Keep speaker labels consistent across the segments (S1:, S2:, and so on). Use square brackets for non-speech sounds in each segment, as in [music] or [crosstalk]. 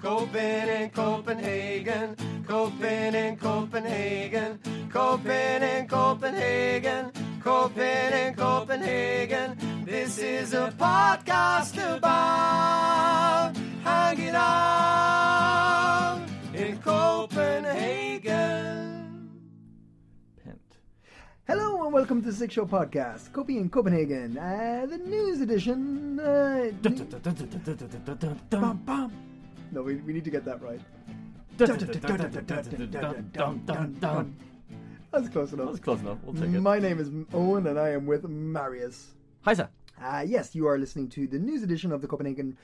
S1: Copen in Copenhagen, Copen in Copenhagen, Copen in Copenhagen, Copen in Copenhagen. This is a podcast about hanging out in Copenhagen.
S2: Pent. Hello and welcome to the Six Show Podcast, Copy in Copenhagen, uh, the news edition. Uh, bum, bum. No, we, we need to get that right.
S3: That
S2: That's close enough.
S3: was close enough. We'll take it.
S2: My name is Owen and I am with Marius.
S3: Hi, sir.
S2: Uh, yes, you are listening to the news edition of the Copenhagen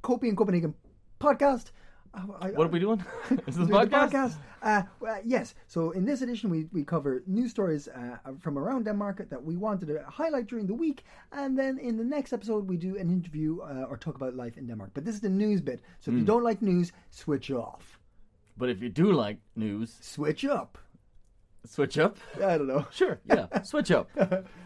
S2: Copy in Copenhagen podcast. Uh, I-
S3: What are we
S2: [laughs]
S3: doing? Is this
S2: Doing the
S3: podcast?
S2: Uh, well, yes. So in this edition, we, we cover news stories uh, from around Denmark that we wanted to highlight during the week, and then in the next episode, we do an interview uh, or talk about life in Denmark. But this is the news bit. So if
S3: Hmm.
S2: you don't like news, switch off.
S3: But if you do like news,
S2: Switch up.
S3: switch up.
S2: I don't know.
S3: Sure, [laughs] yeah, switch
S2: [laughs]
S3: up.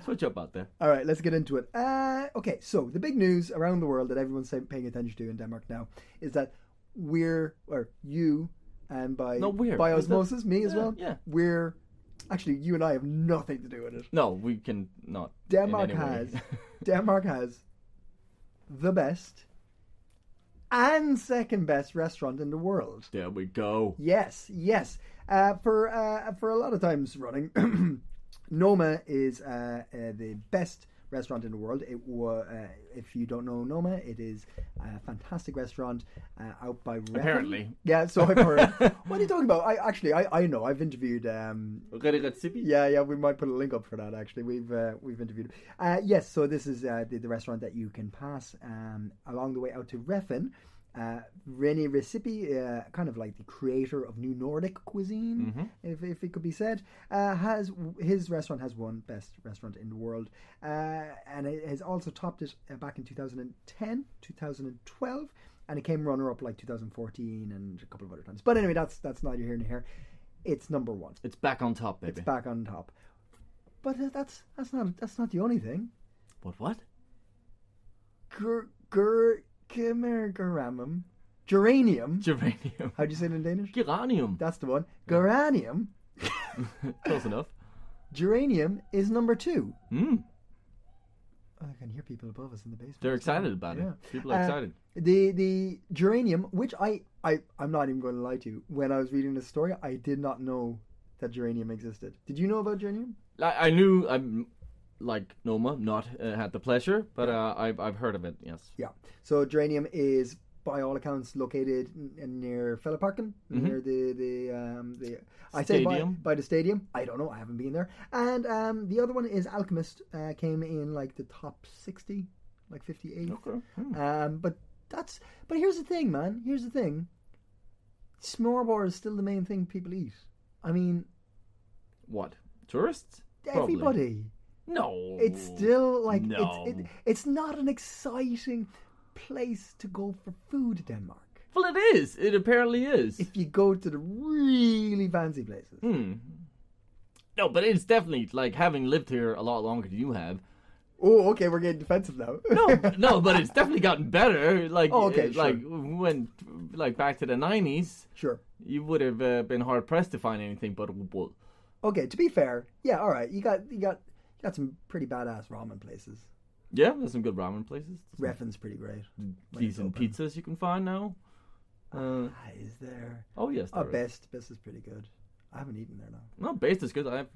S3: Switch up out there.
S2: All right, let's get into it. Uh, okay, so the big news around the world that everyone's paying attention to in Denmark now is that we're or you and by
S3: No, we're.
S2: by
S3: Is that-
S2: osmosis, me as
S3: yeah,
S2: well.
S3: yeah.
S2: we're actually you and I have nothing to do with it.
S3: No, we can not. in
S2: Denmark
S3: any way.
S2: has
S3: [laughs]
S2: Denmark has the best and second best restaurant in the world.
S3: there we go.
S2: Yes, yes. Uh, for uh, for a lot of times running, [clears throat] Noma is uh, uh, the best restaurant in the world. It wa- uh, if you don't know Noma, it is a fantastic restaurant uh, out by Reading.
S3: Apparently.
S2: Yeah, so I've
S3: [laughs]
S2: heard. what are you talking about? I actually I, I know I've interviewed um,
S3: Ready, get sippy?
S2: yeah, yeah, we might put a link up for that. Actually, we've uh, we've interviewed. Uh, yes, so this is uh, the, the restaurant that you can pass um, along the way out to Refn. Uh, René Recipe, uh, kind of like the creator of new Nordic cuisine, if, if it could be said, uh, has his restaurant has won best restaurant in the world, uh, and it has also topped it uh, back in 2010, 2012, and it came runner up like 2014 and a couple of other times. But anyway, that's that's neither here nor here. It's number one
S3: It's back on top, baby.
S2: it's back on top. But th- that's that's not that's not the only thing.
S3: What, what?
S2: Gur gur geramum, geranium.
S3: Geranium. [laughs]
S2: How do you say it in Danish? [laughs]
S3: Geranium.
S2: That's the one. Geranium,
S3: Close enough.
S2: geranium is number two.
S3: Mm,
S2: Oh, I can hear people above us in the basement.
S3: they're excited about it.
S2: Yeah.
S3: People are
S2: Uh,
S3: excited.
S2: The the geranium, which I I I'm not even going to lie to you. When I was reading this story, I did not know that geranium existed. Did you know about geranium?
S3: Like, I knew I'm like Noma, not uh, had the pleasure, but uh, I've I've heard of it. Yes.
S2: Yeah. So geranium is, by all accounts, located n- near Fælleparken, near the the um, the. I say by,
S3: Mm-hmm. Stadium?
S2: by the stadium. I don't know. I haven't been there. And um, the other one is Alchemist. Uh, came in like the top sixty, like fifty eight.
S3: Okay. Hmm.
S2: Um, but that's. But here's the thing, man. Here's the thing. Smørrebrød is still the main thing people eat. I mean,
S3: What? Tourists? Probably.
S2: everybody.
S3: No.
S2: It's still like
S3: no.
S2: it's it, it's not an exciting place to go for food, Denmark.
S3: Well, it is. It apparently is.
S2: if you go to the really fancy places.
S3: Hmm. No, but it's definitely like having lived here a lot longer than you
S2: [laughs]
S3: have.
S2: Oh, okay, we're getting defensive now.
S3: No, no, but it's definitely gotten better. Like,
S2: Oh, okay,
S3: uh, like when, like back to the nineties,
S2: [laughs] sure.
S3: you would have uh, been hard pressed to find anything but Ubud.
S2: Okay, to be fair, yeah, all right. You got you got you got some pretty badass ramen places.
S3: Yeah, there's some good ramen places, There's
S2: Refn's pretty great.
S3: some decent pizzas you can find now. Uh,
S2: Ah, Is there?
S3: oh yes,
S2: Oh,
S3: there is.
S2: best best is pretty good. I haven't eaten there now.
S3: No, based is good. I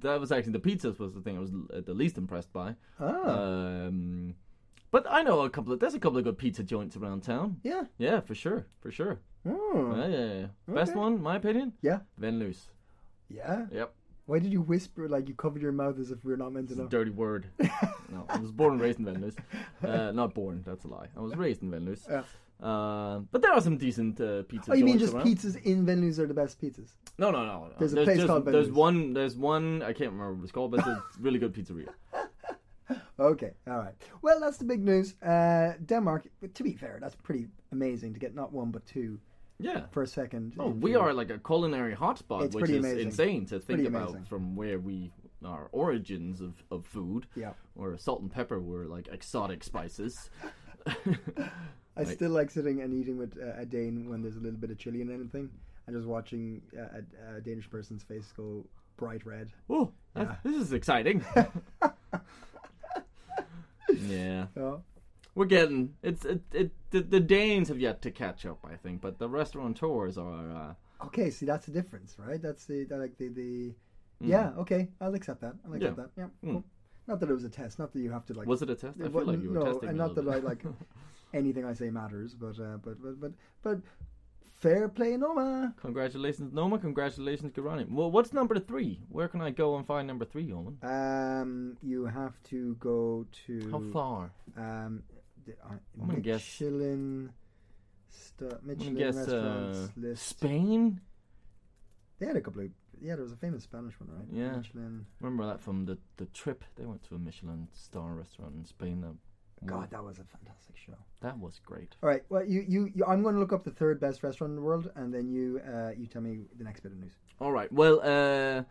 S3: that was actually the pizzas was the thing I was l- uh, the least impressed by.
S2: Oh,
S3: Um, but I know a couple of there's a couple of good pizza joints around town.
S2: yeah.
S3: Yeah, for sure, for sure.
S2: Hmm.
S3: Yeah, yeah, yeah. Best one, my opinion,
S2: Yeah,
S3: Venloose.
S2: yeah.
S3: Yep.
S2: Why did you whisper like you covered your mouth as if we were not meant to
S3: It's a
S2: know?
S3: dirty
S2: [laughs]
S3: word. no, I was born and raised in Venus. Uh, not born, that's a lie. I was raised in Venus.
S2: Yeah.
S3: Uh, but there are some decent uh, pizza.
S2: Oh, you mean
S3: joints
S2: just
S3: around.
S2: pizzas in Venus are the best pizzas?
S3: No, no, no. no.
S2: There's a place
S3: just-
S2: called
S3: There's
S2: Benny's.
S3: one. There's one. I can't remember what it's called, but
S2: [laughs]
S3: it's a really good pizzeria.
S2: Okay, all right. Well, that's the big news. Uh, Denmark, but to be fair, that's pretty amazing to get not one but two
S3: Yeah.
S2: for a second.
S3: Oh,
S2: in
S3: we
S2: Europe.
S3: are like a culinary hotspot,
S2: It's
S3: which
S2: pretty
S3: is
S2: amazing.
S3: insane to think
S2: Pretty
S3: about
S2: amazing.
S3: from where we our origins of, of food.
S2: Yeah.
S3: Or salt and pepper were like exotic
S2: [laughs]
S3: spices.
S2: I still like sitting and eating with uh, a Dane when there's a little bit of chili in anything, and just watching uh, a, a Danish person's face go bright red.
S3: oh, that's this is
S2: [laughs]
S3: exciting. yeah.
S2: Oh,
S3: We're getting it's it, it the, the Danes have yet to catch up, I think, but the restaurateurs are uh,
S2: okay. See, that's the difference, right? That's the that, like the the. Yeah. Okay, I'll accept that. I'll accept
S3: Mm. Yeah. Mm.
S2: that. Yeah. Cool. Not that it was a test. Not that you have to like.
S3: was it a test? I
S2: Well,
S3: feel like you were
S2: no,
S3: testing
S2: and
S3: me a
S2: not that
S3: little
S2: I
S3: bit. [laughs]
S2: like anything I say matters, but uh, but but but but fair play, Noma.
S3: Congratulations, Noma. Congratulations, Garani. Well, what's number three? Where can I go and find number three, Owen?
S2: Um, you have to go to
S3: How far?
S2: um, the, uh,
S3: I'm gonna guess-
S2: Michelin, stu-
S3: I'm gonna
S2: Michelin
S3: guess
S2: restaurants
S3: uh,
S2: list.
S3: Spain.
S2: They had a couple of yeah. There was a famous Spanish one, right?
S3: Yeah.
S2: Michelin.
S3: Remember that from the, the trip? They went to a Michelin star restaurant in Spain. That
S2: God, that was a fantastic show.
S3: that was great.
S2: All right. Well, you, you, you I'm going to look up the third best restaurant in the world, and then you uh, you tell me the next bit of news.
S3: All right. Well, uh,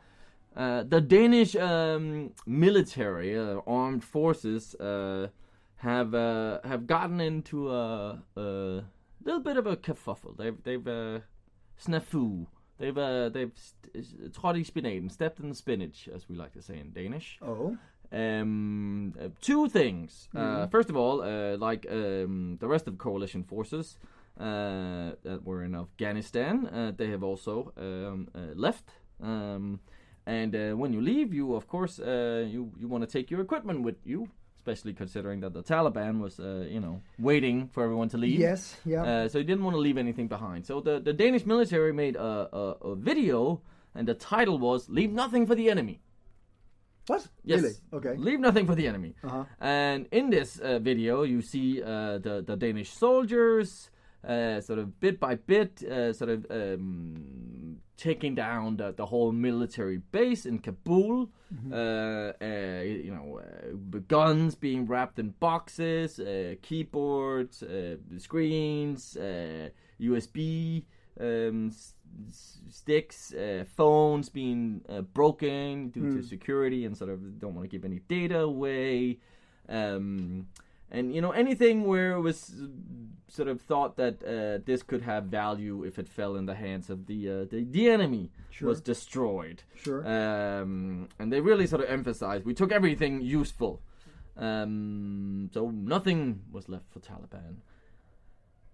S3: uh, the Danish um, military, uh, armed forces, uh, have uh, have gotten into a, a little bit of a kerfuffle. They've they've uh, snafu. They've uh, they've st- trådt i spinaten, stepped in the spinach, as we like to say in Danish.
S2: Oh,
S3: Um, uh, two things.
S2: Mm-hmm.
S3: Uh, first of all, uh, like um, the rest of coalition forces uh, that were in Afghanistan, uh, they have also um, uh, left. Um, and uh, when you leave, you of course uh, you you want to take your equipment with you, especially considering that the Taliban was uh, you know waiting for everyone to leave.
S2: yes, yeah.
S3: Uh, so he didn't want to leave anything behind. So the, the Danish military made a, a, a video, and the title was "Leave Nothing for the Enemy."
S2: what?
S3: Yes.
S2: Really? Okay.
S3: Leave nothing for the enemy.
S2: Uh-huh.
S3: And in this uh, video, you see uh, the the Danish soldiers uh, sort of bit by bit, uh, sort of um, taking down the, the whole military base in Kabul.
S2: Mm-hmm.
S3: Uh, uh, you know, uh, guns being wrapped in boxes, uh, keyboards, uh, screens, uh, USB um, s- s- sticks, uh, phones being uh, broken due to security and sort of don't want to give any data away. Um, and you know anything where it was uh, sort of thought that uh, this could have value if it fell in the hands of the uh, the, the enemy was destroyed.
S2: Sure.
S3: Um, and they really sort of emphasized we took everything useful. Um, so nothing was left for Taliban.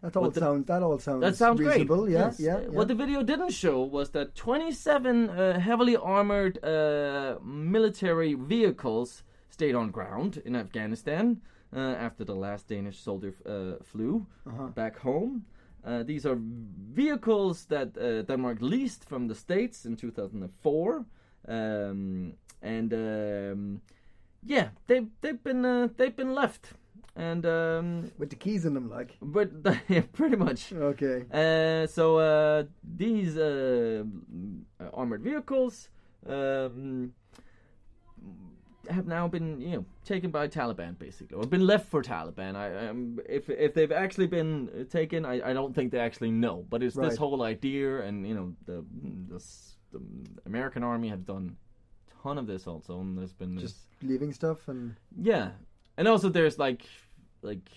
S2: That all
S3: the-
S2: sounds. That all sounds.
S3: That sounds
S2: reasonable.
S3: great.
S2: Yeah,
S3: Yes.
S2: yeah,
S3: Uh,
S2: yeah.
S3: What the video didn't show was that 27 uh, heavily armored uh, military vehicles stayed on ground in Afghanistan uh, after the last Danish soldier uh, flew
S2: Uh-huh.
S3: back home. Uh, these are vehicles that uh, Denmark leased from the States in 2004. Um, and um, yeah, they, they've, been, uh, they've been left. And um,
S2: With the keys in them, like.
S3: but [laughs] yeah, pretty much.
S2: Okay.
S3: Uh, so uh, these uh, uh, armored vehicles um, have now been, you know, taken by Taliban, basically, or been left for Taliban. I, um, if if they've actually been uh, taken, I, I don't think they actually know. But it's
S2: Right.
S3: this whole idea, and you know, the the, s- the American army have done a ton of this also, and there's been this.
S2: Just leaving stuff and
S3: Yeah, and also there's like, like,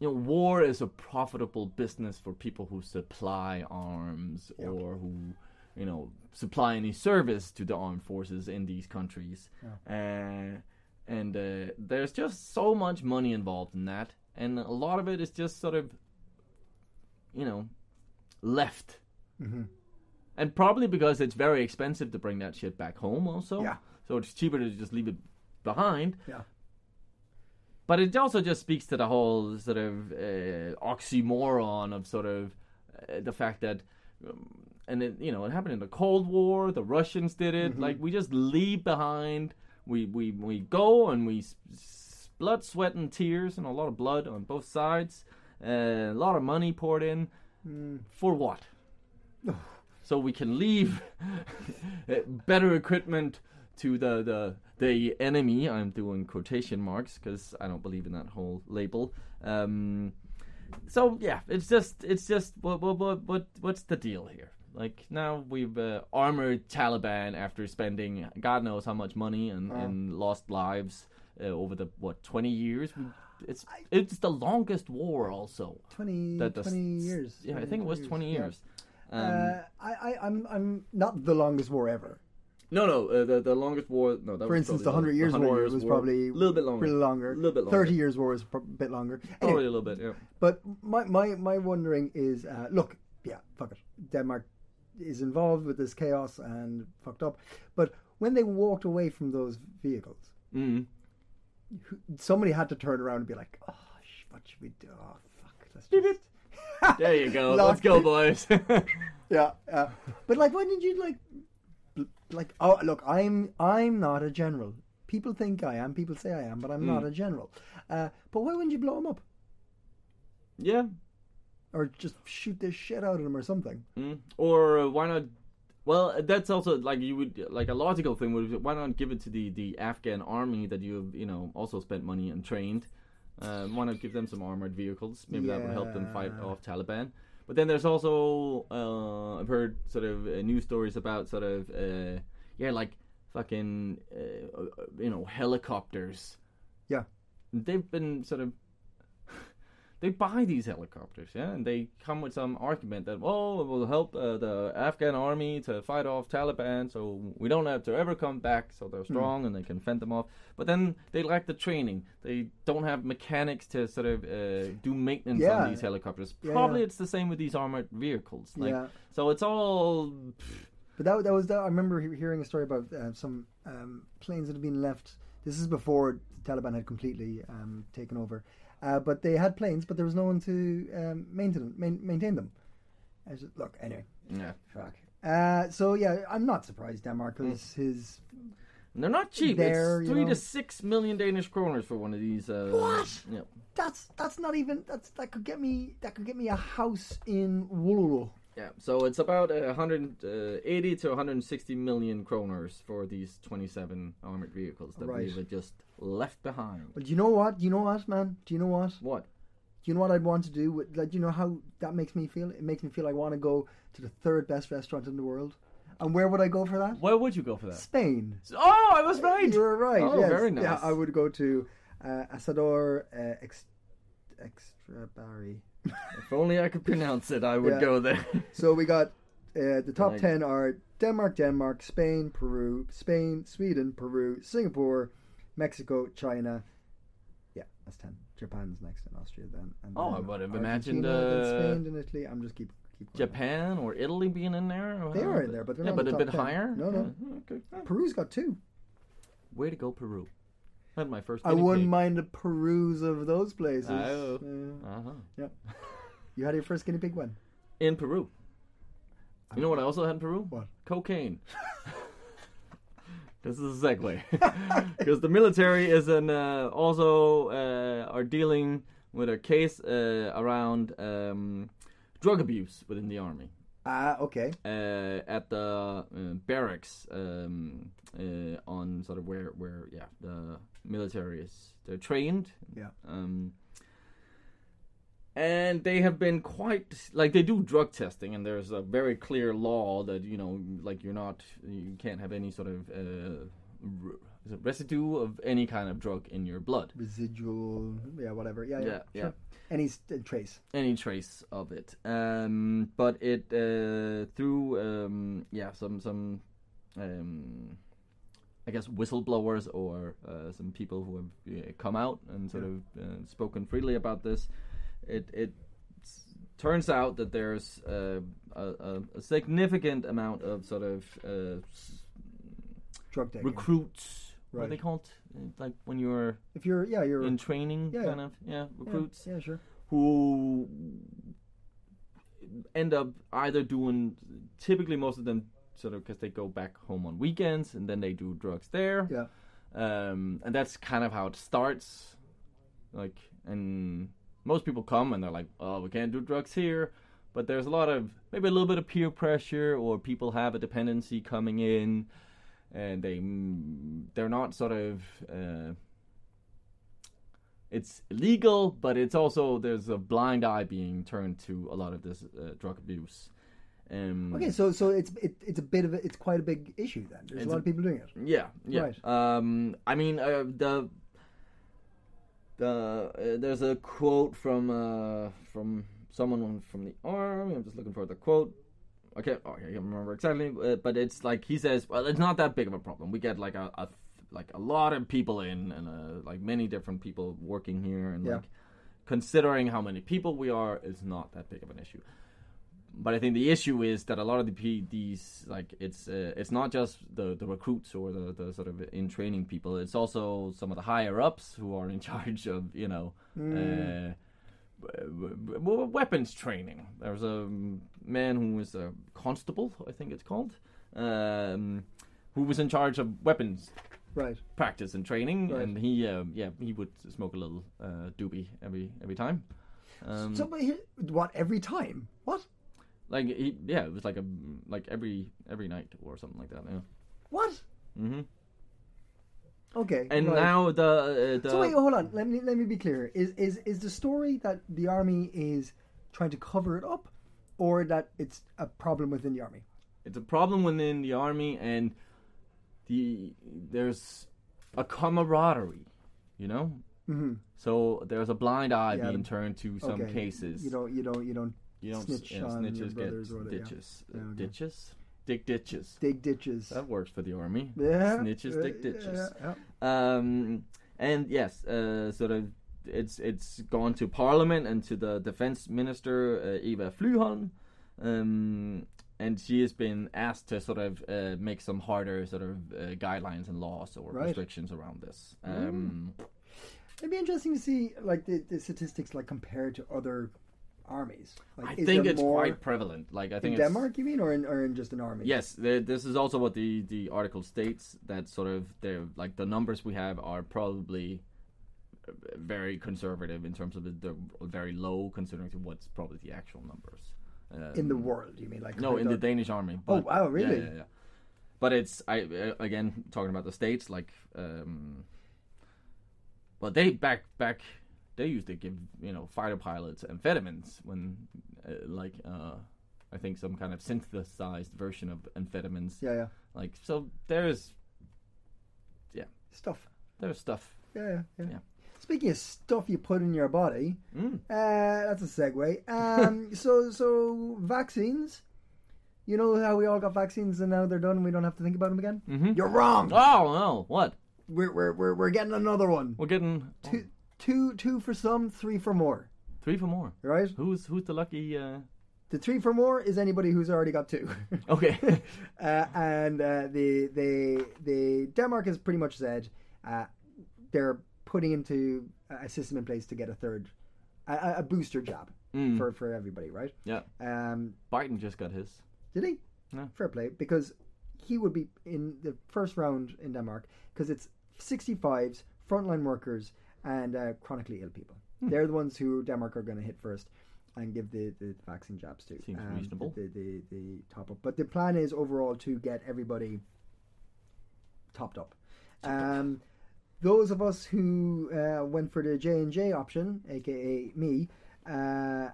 S3: you know, war is a profitable business for people who supply arms or who, you know, supply any service to the armed forces in these countries. Uh, and uh, there's just so much money involved in that, and a lot of it is just sort of, you know, left. And probably because it's very expensive to bring that shit back home, also.
S2: Yeah.
S3: So it's cheaper to just leave it behind.
S2: yeah.
S3: But it also just speaks to the whole sort of uh, oxymoron of sort of uh, the fact that um, and it you know it happened in the Cold War. The Russians did it. Like we just leave behind. We we we go and we s- s- blood, sweat, and tears, and a lot of blood on both sides. Uh, a lot of money poured in for what? so we can leave [laughs] eh, better equipment to the the the enemy. I'm doing quotation marks because I don't believe in that whole label. Um, so yeah, it's just it's just what what what, what what's the deal here? Like now we've uh, armored Taliban after spending God knows how much money and, and lost lives uh, over the what twenty years. We- It's it's the longest war also.
S2: 20,
S3: That the s-
S2: 20 years.
S3: Yeah, I think it was twenty
S2: yeah.
S3: years. Um,
S2: Uh, I, I, I'm, I'm not the longest war ever.
S3: No, no, uh, the the longest war. No, that
S2: For
S3: was
S2: instance, the
S3: probably
S2: Hundred Years
S3: the
S2: War was probably
S3: a little bit longer,
S2: pretty longer.
S3: a little bit longer.
S2: Thirty Years War was prob- a bit longer. Anyway,
S3: probably a little bit. Yeah,
S2: But my, my, my wondering is, uh, look, yeah, fuck it. Denmark is involved with this chaos and fucked up. But when they walked away from those vehicles,
S3: mm.
S2: somebody had to turn around and be like, oh, sh- what should we do? Oh, fuck, let's just...
S3: there you go.
S2: Lock [laughs]
S3: Let's go,
S2: it.
S3: boys. [laughs]
S2: Yeah, yeah. But like, why didn't you like, bl- like? Oh, look, I'm I'm not a general. People think I am. People say I am, but I'm not a general. Uh, but why wouldn't you blow them up
S3: yeah,
S2: or just shoot the shit out of them or something?
S3: mm. or uh, why not? Well, that's also like you would like a logical thing would be, why not give it to the the Afghan army that you've you know also spent money and trained. Uh, why not give them some armored vehicles? Maybe that would help them fight
S2: Yeah.
S3: off Taliban. But then there's also uh, I've heard sort of uh, news stories about sort of uh, yeah like fucking uh, uh, you know helicopters
S2: Yeah,
S3: they've been sort of [laughs] they buy these helicopters, yeah, and they come with some argument that oh, it will help uh, the Afghan army to fight off Taliban, so we don't have to ever come back, so
S2: Hmm.
S3: they're strong and they can fend them off. But then they lack the training; they don't have mechanics to sort of uh, do maintenance
S2: Yeah.
S3: on these helicopters.
S2: Yeah,
S3: Probably
S2: yeah.
S3: it's the same with these armored vehicles. Like,
S2: Yeah.
S3: So it's all
S2: but that that was that. I remember he- hearing a story about uh, some um, planes that had been left. This is before the Taliban had completely um, taken over, uh, but they had planes, but there was no one to um, maintain main, maintain them. I was just, look, anyway.
S3: yeah.
S2: Fuck. Uh, so yeah, I'm not surprised Denmark is his.
S3: And they're not cheap.
S2: There,
S3: it's
S2: you
S3: three to
S2: know.
S3: six million Danish kroners for one of these. Uh,
S2: What?
S3: Yeah.
S2: That's that's not even that's that could get me that could get me a house in Wollulu.
S3: Yeah, so it's about uh, 180 to 160 million kroners for these 27 armored vehicles that
S2: Right.
S3: we've just left behind.
S2: But you know what? Do you know what, man? Do you know what? Do
S3: What?
S2: you know what I'd want to do? With, like, do you know how that makes me feel? It makes me feel I want to go to the third best restaurant in the world. And where would I go for that?
S3: Where would you go for that?
S2: Spain.
S3: Oh, I was right.
S2: You were right.
S3: Oh,
S2: yes.
S3: very nice.
S2: Yeah, I would go to uh, Asador uh, Ex- Extra Barry. [laughs]
S3: If only I could pronounce it, I would
S2: Yeah.
S3: go there. [laughs]
S2: So we got uh, the top
S3: Like-
S2: ten are Denmark, Denmark, Spain, Peru, Spain, Sweden, Peru, Singapore, Mexico, China. Yeah, that's ten. Japan's next, and Austria then. And
S3: Oh, I
S2: then
S3: would have imagined,
S2: Argentina, then
S3: uh,
S2: Spain and Italy. I'm just keep keep going.
S3: Japan or Italy being in there?
S2: They are in there, but they're
S3: yeah,
S2: not
S3: but
S2: in
S3: a
S2: the
S3: bit
S2: top 10.
S3: higher.
S2: No, no.
S3: Yeah, okay. Yeah.
S2: Peru's got two.
S3: Way to go, Peru. That's my first.
S2: I
S3: guinea
S2: wouldn't
S3: pig.
S2: mind a peruse of those places.
S3: Oh.
S2: Yeah.
S3: Uh-huh.
S2: You had your first guinea pig when?
S3: In Peru. You know what I also had in Peru?
S2: What?
S3: Cocaine. this is a segue. [laughs] Because the military is an, uh, also uh, are dealing with a case uh, around um, drug abuse within the army
S2: Ah, okay.
S3: uh, at the uh, barracks um, uh, on sort of where where yeah the military is they're trained
S2: Yeah.
S3: um, and they have been quite like they do drug testing and there's a very clear law that you know like you're not you can't have any sort of uh, r- is it residue of any kind of drug in your blood
S2: Residual, yeah, whatever. Yeah, yeah.
S3: Yeah, yeah.
S2: sure. Any st- trace.
S3: any trace of it. Um, but it uh, through um, yeah some some um, I guess whistleblowers or uh, some people who have uh, come out and sort of uh, spoken freely about this. It it s- turns out that there's uh, a, a, a significant amount of sort of uh, s-
S2: Drug taking.
S3: recruits. What are
S2: Right.
S3: they called? Uh, Like when you're
S2: if you're, yeah, you're
S3: in training,
S2: Yeah,
S3: kind of yeah,
S2: yeah,
S3: recruits
S2: Yeah, sure.
S3: who end up either doing typically most of them sort of because they go back home on weekends and then they do drugs there
S2: Yeah.
S3: um, and that's kind of how it starts. Like, and most people come and they're like, "Oh, we can't do drugs here," but there's a lot of maybe a little bit of peer pressure, or people have a dependency coming in, and they mm, they're not sort of. Uh, it's illegal, but it's also there's a blind eye being turned to a lot of this uh, drug abuse. Um,
S2: Okay, so so it's it, it's a bit of a, it's quite a big issue then. There's a lot of people doing it.
S3: Yeah, yeah.
S2: Right.
S3: Um, I mean, uh, the the uh, there's a quote from uh, from someone from the army. I'm just looking for the quote. Okay, oh, I can't remember exactly, uh, but it's like he says, "Well, it's not that big of a problem. We get like a, a like a lot of people in, and uh, like many different people working here, and
S2: Yeah.
S3: like considering how many people we are, it's not that big of an issue." but I think the issue is that a lot of the P- these like it's uh, it's not just the, the recruits or the, the sort of in training people. It's also some of the higher ups who are in [laughs] charge of you know uh, w- w- w- weapons training. There's a man who is a constable, I think it's called, um, who was in charge of weapons
S2: Right.
S3: practice and training,
S2: Right.
S3: and he um, yeah he would smoke a little uh, doobie every every time. Um,
S2: so but here, what every time? What?
S3: like he, yeah, it was like a like every every night or something like that. Yeah.
S2: What?
S3: Mhm.
S2: Okay.
S3: And
S2: right.
S3: now the uh, the
S2: So wait, hold on. Let me let me be clear. Is is is the story that the army is trying to cover it up, or that it's a problem within the army?
S3: it's a problem within the army, and the there's a camaraderie, you know.
S2: Mhm.
S3: So there's a blind eye
S2: Yeah,
S3: being
S2: the-
S3: turned to some
S2: Okay.
S3: cases.
S2: You don't. You don't. You don't.
S3: You don't
S2: snitch
S3: yeah,
S2: on your
S3: snitches
S2: brothers or
S3: get
S2: whatever. yeah.
S3: ditches,
S2: Yeah, okay.
S3: ditches, dig ditches.
S2: Dig ditches.
S3: That works for the army.
S2: yeah.
S3: Snitches,
S2: uh,
S3: dig ditches.
S2: yeah,
S3: Um, and yes, uh, sort of, it's it's gone to Parliament and to the Defense Minister uh, Eva Flyholm, um, and she has been asked to sort of uh, make some harder sort of uh, guidelines and laws or
S2: Right. Mm.
S3: restrictions around this. Um,
S2: It'd be interesting to see like the, the statistics like compared to other armies. Like,
S3: I
S2: is
S3: think
S2: there
S3: it's
S2: more
S3: quite prevalent. Like I think
S2: in
S3: it's-
S2: Denmark. You mean, or in or in just an army?
S3: Yes, the, this is also what the, the article states that sort of they're like the numbers we have are probably uh, very conservative in terms of the, the very low considering to what's probably the actual numbers. Um,
S2: In the world, you mean like
S3: no, in the
S2: compared
S3: Danish army.
S2: Oh,
S3: but-
S2: wow,
S3: yeah,
S2: really?
S3: Yeah, yeah. But it's I uh, again talking about the states like, um, well they back back they used to give you know fighter pilots amphetamines when uh, like uh, I think some kind of synthesized version of amphetamines.
S2: to- yeah, yeah,
S3: Like so there's
S2: stuff.
S3: there's stuff.
S2: Yeah, yeah. yeah.
S3: Yeah.
S2: Speaking of stuff you put in your body,
S3: Mm.
S2: uh, that's a segue.
S3: [laughs]
S2: Um, so, so vaccines. You know how we all got vaccines and now they're done. and We don't have to think about them again.
S3: Mhm.
S2: You're wrong.
S3: Oh no! What
S2: We're, we're we're we're getting another one.
S3: we're getting
S2: Two two two for some, three for more.
S3: three for more.
S2: Right?
S3: Who's who's the lucky? Uh...
S2: The three for more is anybody who's already got two. [laughs]
S3: Okay. [laughs]
S2: uh, and uh, the the the Denmark has pretty much said uh, they're putting into a system in place to get a third, a- a, a booster jab
S3: Mm.
S2: for for everybody, right?
S3: yeah,
S2: Um,
S3: Biden just got his.
S2: did he?
S3: No.
S2: Fair play, because he would be in the first round in Denmark because it's 65s, frontline workers, and uh, chronically ill people.
S3: Hmm.
S2: They're the ones who Denmark are going to hit first and give the, the vaccine jabs to. um,
S3: Seems reasonable.
S2: The, the, the top up. But the plan is overall to get everybody topped up. Um, those of us who uh, went for the J and J option, aka me, uh,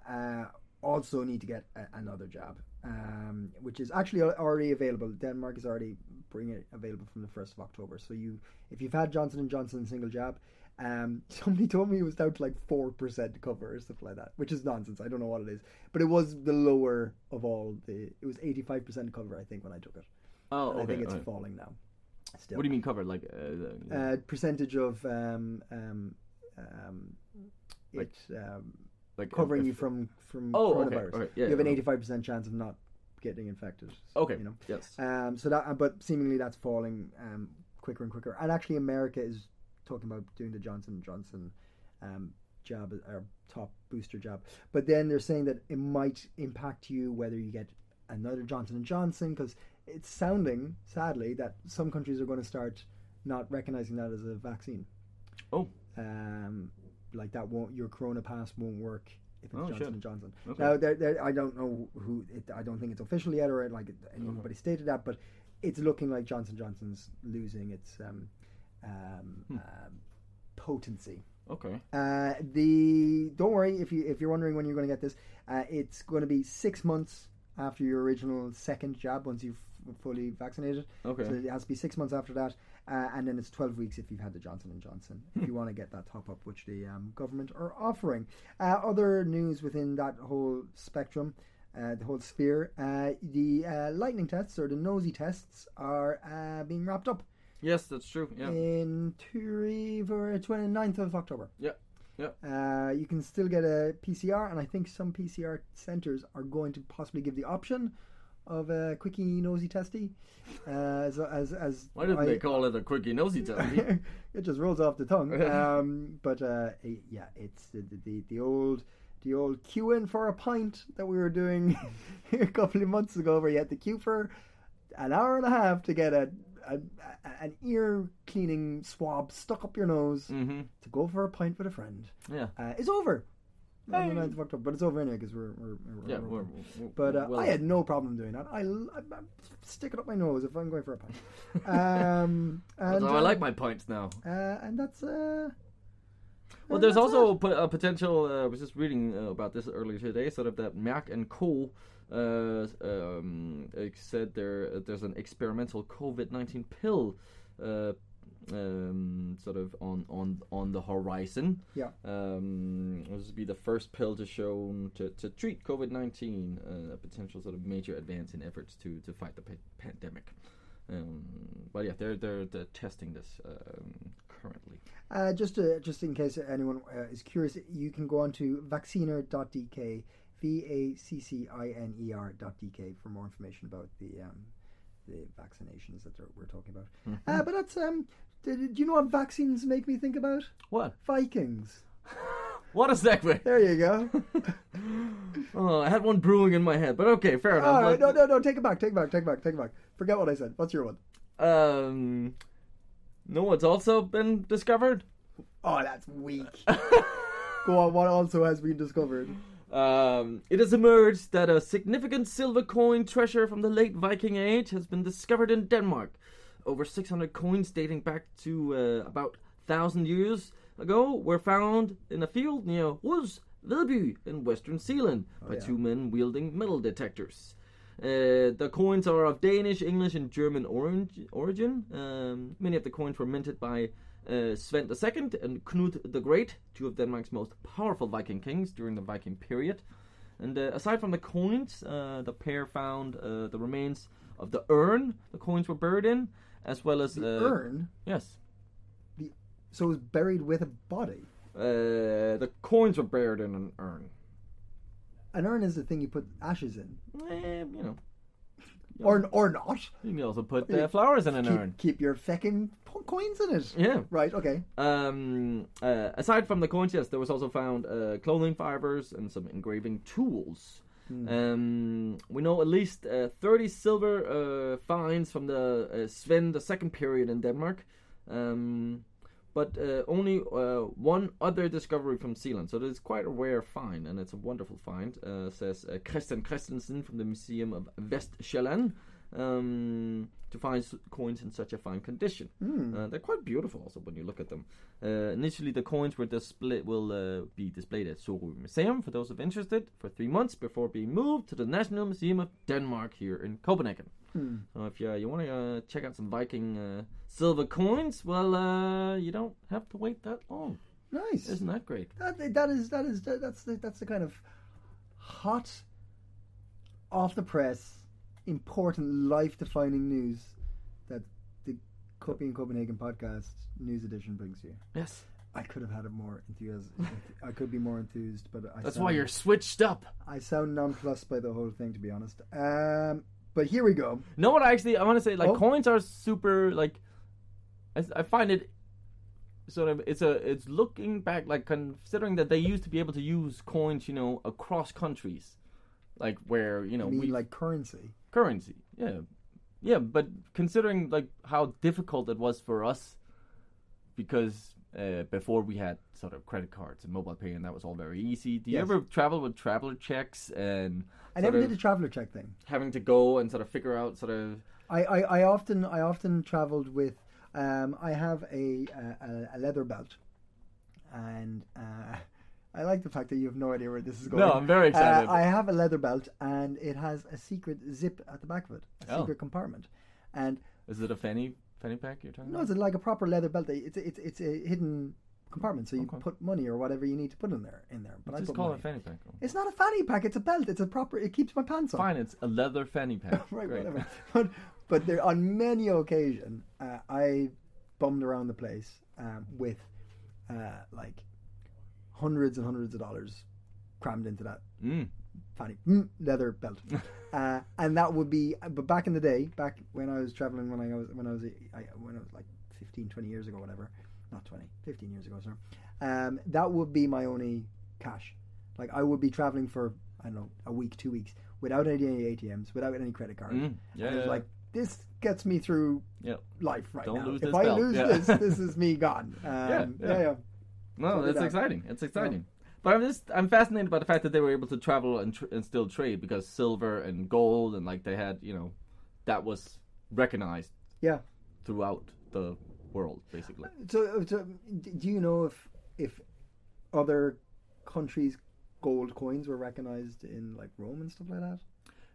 S2: uh, also need to get a- another jab, um, which is actually al- already available. Denmark is already bringing it available from the first of October. So you, if you've had Johnson and Johnson single jab. Um, [laughs] somebody told me it was down to like four percent cover or stuff like that, which is nonsense. I don't know what it is, but it was the lower of all the. It was eighty-five percent cover, I think, when I took it.
S3: Oh,
S2: And
S3: okay.
S2: I think it's
S3: alright.
S2: falling now. Still,
S3: What do you mean covered? Like uh, uh,
S2: uh, percentage of um, um, um, it um,
S3: like
S2: covering
S3: if-
S2: you from from
S3: Oh, okay,
S2: coronavirus.
S3: okay, yeah,
S2: you have an
S3: yeah.
S2: eighty-five percent chance of not getting infected.
S3: Okay.
S2: you know.
S3: Yes.
S2: Um, so that, uh, but seemingly that's falling um, quicker and quicker. And actually, America is talking about doing the Johnson and Johnson um, job or top booster job. But then they're saying that it might impact you whether you get another Johnson and Johnson because it's sounding sadly that some countries are going to start not recognizing that as a vaccine.
S3: Oh,
S2: Um, like that won't your Corona pass won't work if it's
S3: Oh,
S2: Johnson
S3: shit.
S2: and Johnson.
S3: Okay.
S2: Now there, there, I don't know who it, I don't think it's official yet or like anybody stated that, but it's looking like Johnson Johnson's losing its um, um, um, potency.
S3: okay.
S2: Uh, the don't worry if you if you're wondering when you're going to get this, uh, it's going to be six months after your original second jab once you've f- fully vaccinated.
S3: Okay.
S2: So it has to be six months after that, uh, and then it's twelve weeks if you've had the Johnson and Johnson. If you want to get that top up, which the um, government are offering. Uh, other news within that whole spectrum. Uh, the whole sphere. Uh, the uh, lightning tests or the nosy tests are uh, being wrapped up
S3: Yes, that's true. Yeah.
S2: Eh, in three for 29th of October.
S3: Yeah. Yeah.
S2: Uh, you can still get a PCR, and I think some PCR centers are going to possibly give the option of a quickie nosy testy. Uh, as, as, as
S3: Why didn't
S2: I-
S3: they call it a quickie nosy test?
S2: [laughs] it just rolls off
S3: [laughs]
S2: the tongue. Um, but uh, eh, yeah, it's the, the- the the old the old queue in for a pint that we were doing [laughs] a couple of months ago, where you had to queue for an hour and a half to get a, a, a- an ear cleaning swab stuck up your nose
S3: mm-hmm.
S2: to go for a pint with a friend.
S3: Yeah.
S2: Uh, it's over. On the 9th of October, but it's over anyway because we're, we're, we're,
S3: Yeah.
S2: we're-
S3: We're,
S2: but uh,
S3: well,
S2: I had no problem doing that. I, l- I, I stick it up my nose if I'm going for a pint.
S3: [laughs]
S2: Um, and,
S3: although I
S2: uh,
S3: like my pints now.
S2: uh, and that's uh,
S3: Well, there's also po- a potential. Uh, I was just reading uh, about this earlier today. Sort of that Merck and Co. Uh, s- um, ex- said there uh, there's an experimental COVID-19 pill, uh, um, sort of on on on the horizon.
S2: Yeah.
S3: Um, this would be the first pill to show to, to treat COVID-19, uh, a potential sort of major advance in efforts to to fight the pa- pandemic. Um, but yeah, they're they're, they're testing this um, currently.
S2: uh, just uh, just in case anyone uh, is curious, you can go on to vacciner.dk, v a c c i n e r dot dk for more information about the um, the vaccinations that they're- we're talking about.
S3: Mm-hmm.
S2: Uh, but that's um, do, do you know what vaccines make me think about?
S3: What?
S2: Vikings.
S3: What a segue!
S2: There you
S3: [laughs]
S2: go. [laughs]
S3: Oh, I had one brewing in my head, but okay, fair enough.
S2: All right,
S3: Let-
S2: no, no, no. Take it back. Take it back. Take it back. Take it back. Forget what I said. What's your one?
S3: Um, no one's also been discovered.
S2: Oh, that's weak.
S3: [laughs]
S2: go on. What also has been discovered?
S3: Um, it has emerged that a significant silver coin treasure from the late Viking Age has been discovered in Denmark. Over 600 coins dating back to uh, about 1,000 years ago were found in a field near Rus, Vedby in Western Zealand
S2: Oh,
S3: by two men wielding metal detectors. Uh, the coins are of Danish, English, and German orange, origin. Um, many of the coins were minted by uh, Sven II and Knud the Great, two of Denmark's most powerful Viking kings during the Viking period. And uh, aside from the coins, uh, the pair found uh, the remains of the urn the coins were buried in, as well as
S2: The
S3: uh,
S2: urn.
S3: Yes,
S2: The so it was buried with a body.
S3: uh, the coins were buried in an urn.
S2: An urn is the thing you put ashes in,
S3: Eh, you know,
S2: or or not.
S3: you can also put uh, flowers in an urn. Mm.
S2: Keep, keep your feckin' po- coins in it.
S3: Yeah.
S2: Right. Okay.
S3: Um, uh, aside from the coins, yes, there was also found uh, clothing fibers and some engraving tools. Um, we know at least uh, 30 silver uh, finds from the uh, Sven the second period in Denmark, um, but uh, only uh, one other discovery from Zealand. So it's quite a rare find, and it's a wonderful find, uh, says uh, Christian Christensen from the Museum of Vestjylland. Um, to find s- coins in such a fine condition, uh, they're quite beautiful. Also, when you look at them, uh, initially the coins were display will uh, be displayed at Sorø Museum for those of interested for three months before being moved to the National Museum of Denmark here in Copenhagen. So if you, you want to uh, check out some Viking uh, silver coins, well, uh, you don't have to wait that long.
S2: Nice.
S3: Isn't that great?
S2: That, that is that is that, that's the, that's the kind of hot, off the press, important, life-defining news that the Copy in Copenhagen podcast news edition brings you.
S3: Yes.
S2: I could have had it more enthused. I could be more enthused, but I
S3: That's
S2: sound-
S3: why you're switched up.
S2: I sound nonplussed by the whole thing, to be honest. Um, but here we go.
S3: No, what I actually I want to say like
S2: Oh.
S3: coins are super like I, I find it sort of it's a it's looking back like considering that they used to be able to use coins you know across countries like where you know
S2: I mean,
S3: we
S2: like currency.
S3: currency yeah yeah but considering like how difficult it was for us because uh, before we had sort of credit cards and mobile pay and that was all very easy do you
S2: Yes.
S3: ever travel with traveler checks and
S2: I
S3: sort
S2: never
S3: of
S2: did a traveler check thing.
S3: having to go and sort of figure out sort of
S2: I, I, I often I often traveled with. Um, I have a, a a leather belt, and uh, [laughs] I like the fact that you have no idea where this is going.
S3: No, I'm very
S2: Uh,
S3: excited.
S2: I have a leather belt, and it has a secret zip at the back of it, a
S3: Oh.
S2: secret compartment, and
S3: is it a fanny fanny pack you're talking
S2: no,
S3: about
S2: it's like a proper leather belt. It's it's it's a hidden compartment, so you put money or whatever you need to put in there in there. But I
S3: just
S2: put
S3: call it
S2: money.
S3: a fanny pack
S2: It's not a fanny pack. It's a belt. It's a proper. It keeps my pants on.
S3: fine it's a leather fanny pack
S2: [laughs] right,
S3: Great.
S2: whatever. [laughs] But, but there, on many occasion, uh, I bummed around the place um, with uh, like hundreds and hundreds of dollars crammed into that
S3: Mm.
S2: fanny mm, leather
S3: [laughs]
S2: belt, uh, and that would be. But back in the day, back when I was traveling, when I was when I was I, when I was like 15, 20 years ago, whatever, not 20, 15 years ago, sorry, um, that would be my only cash. Like I would be traveling for I don't know a week, two weeks without any ATMs, without any credit card.
S3: Mm.
S2: And it
S3: yeah
S2: was like this gets me through
S3: yeah
S2: life right
S3: Don't
S2: now.
S3: lose
S2: if
S3: this
S2: I
S3: belt.
S2: lose
S3: Yeah.
S2: this,
S3: [laughs]
S2: this is me gone. Um, yeah, yeah.
S3: yeah. No,
S2: Something
S3: that's
S2: like that.
S3: exciting. It's exciting. But I'm just I'm fascinated by the fact that they were able to travel and tr- and still trade because silver and gold and like they had you know that was recognized
S2: Yeah.
S3: throughout the world basically.
S2: So, so, d- do you know if if other countries' gold coins were recognized in like Rome and stuff like that?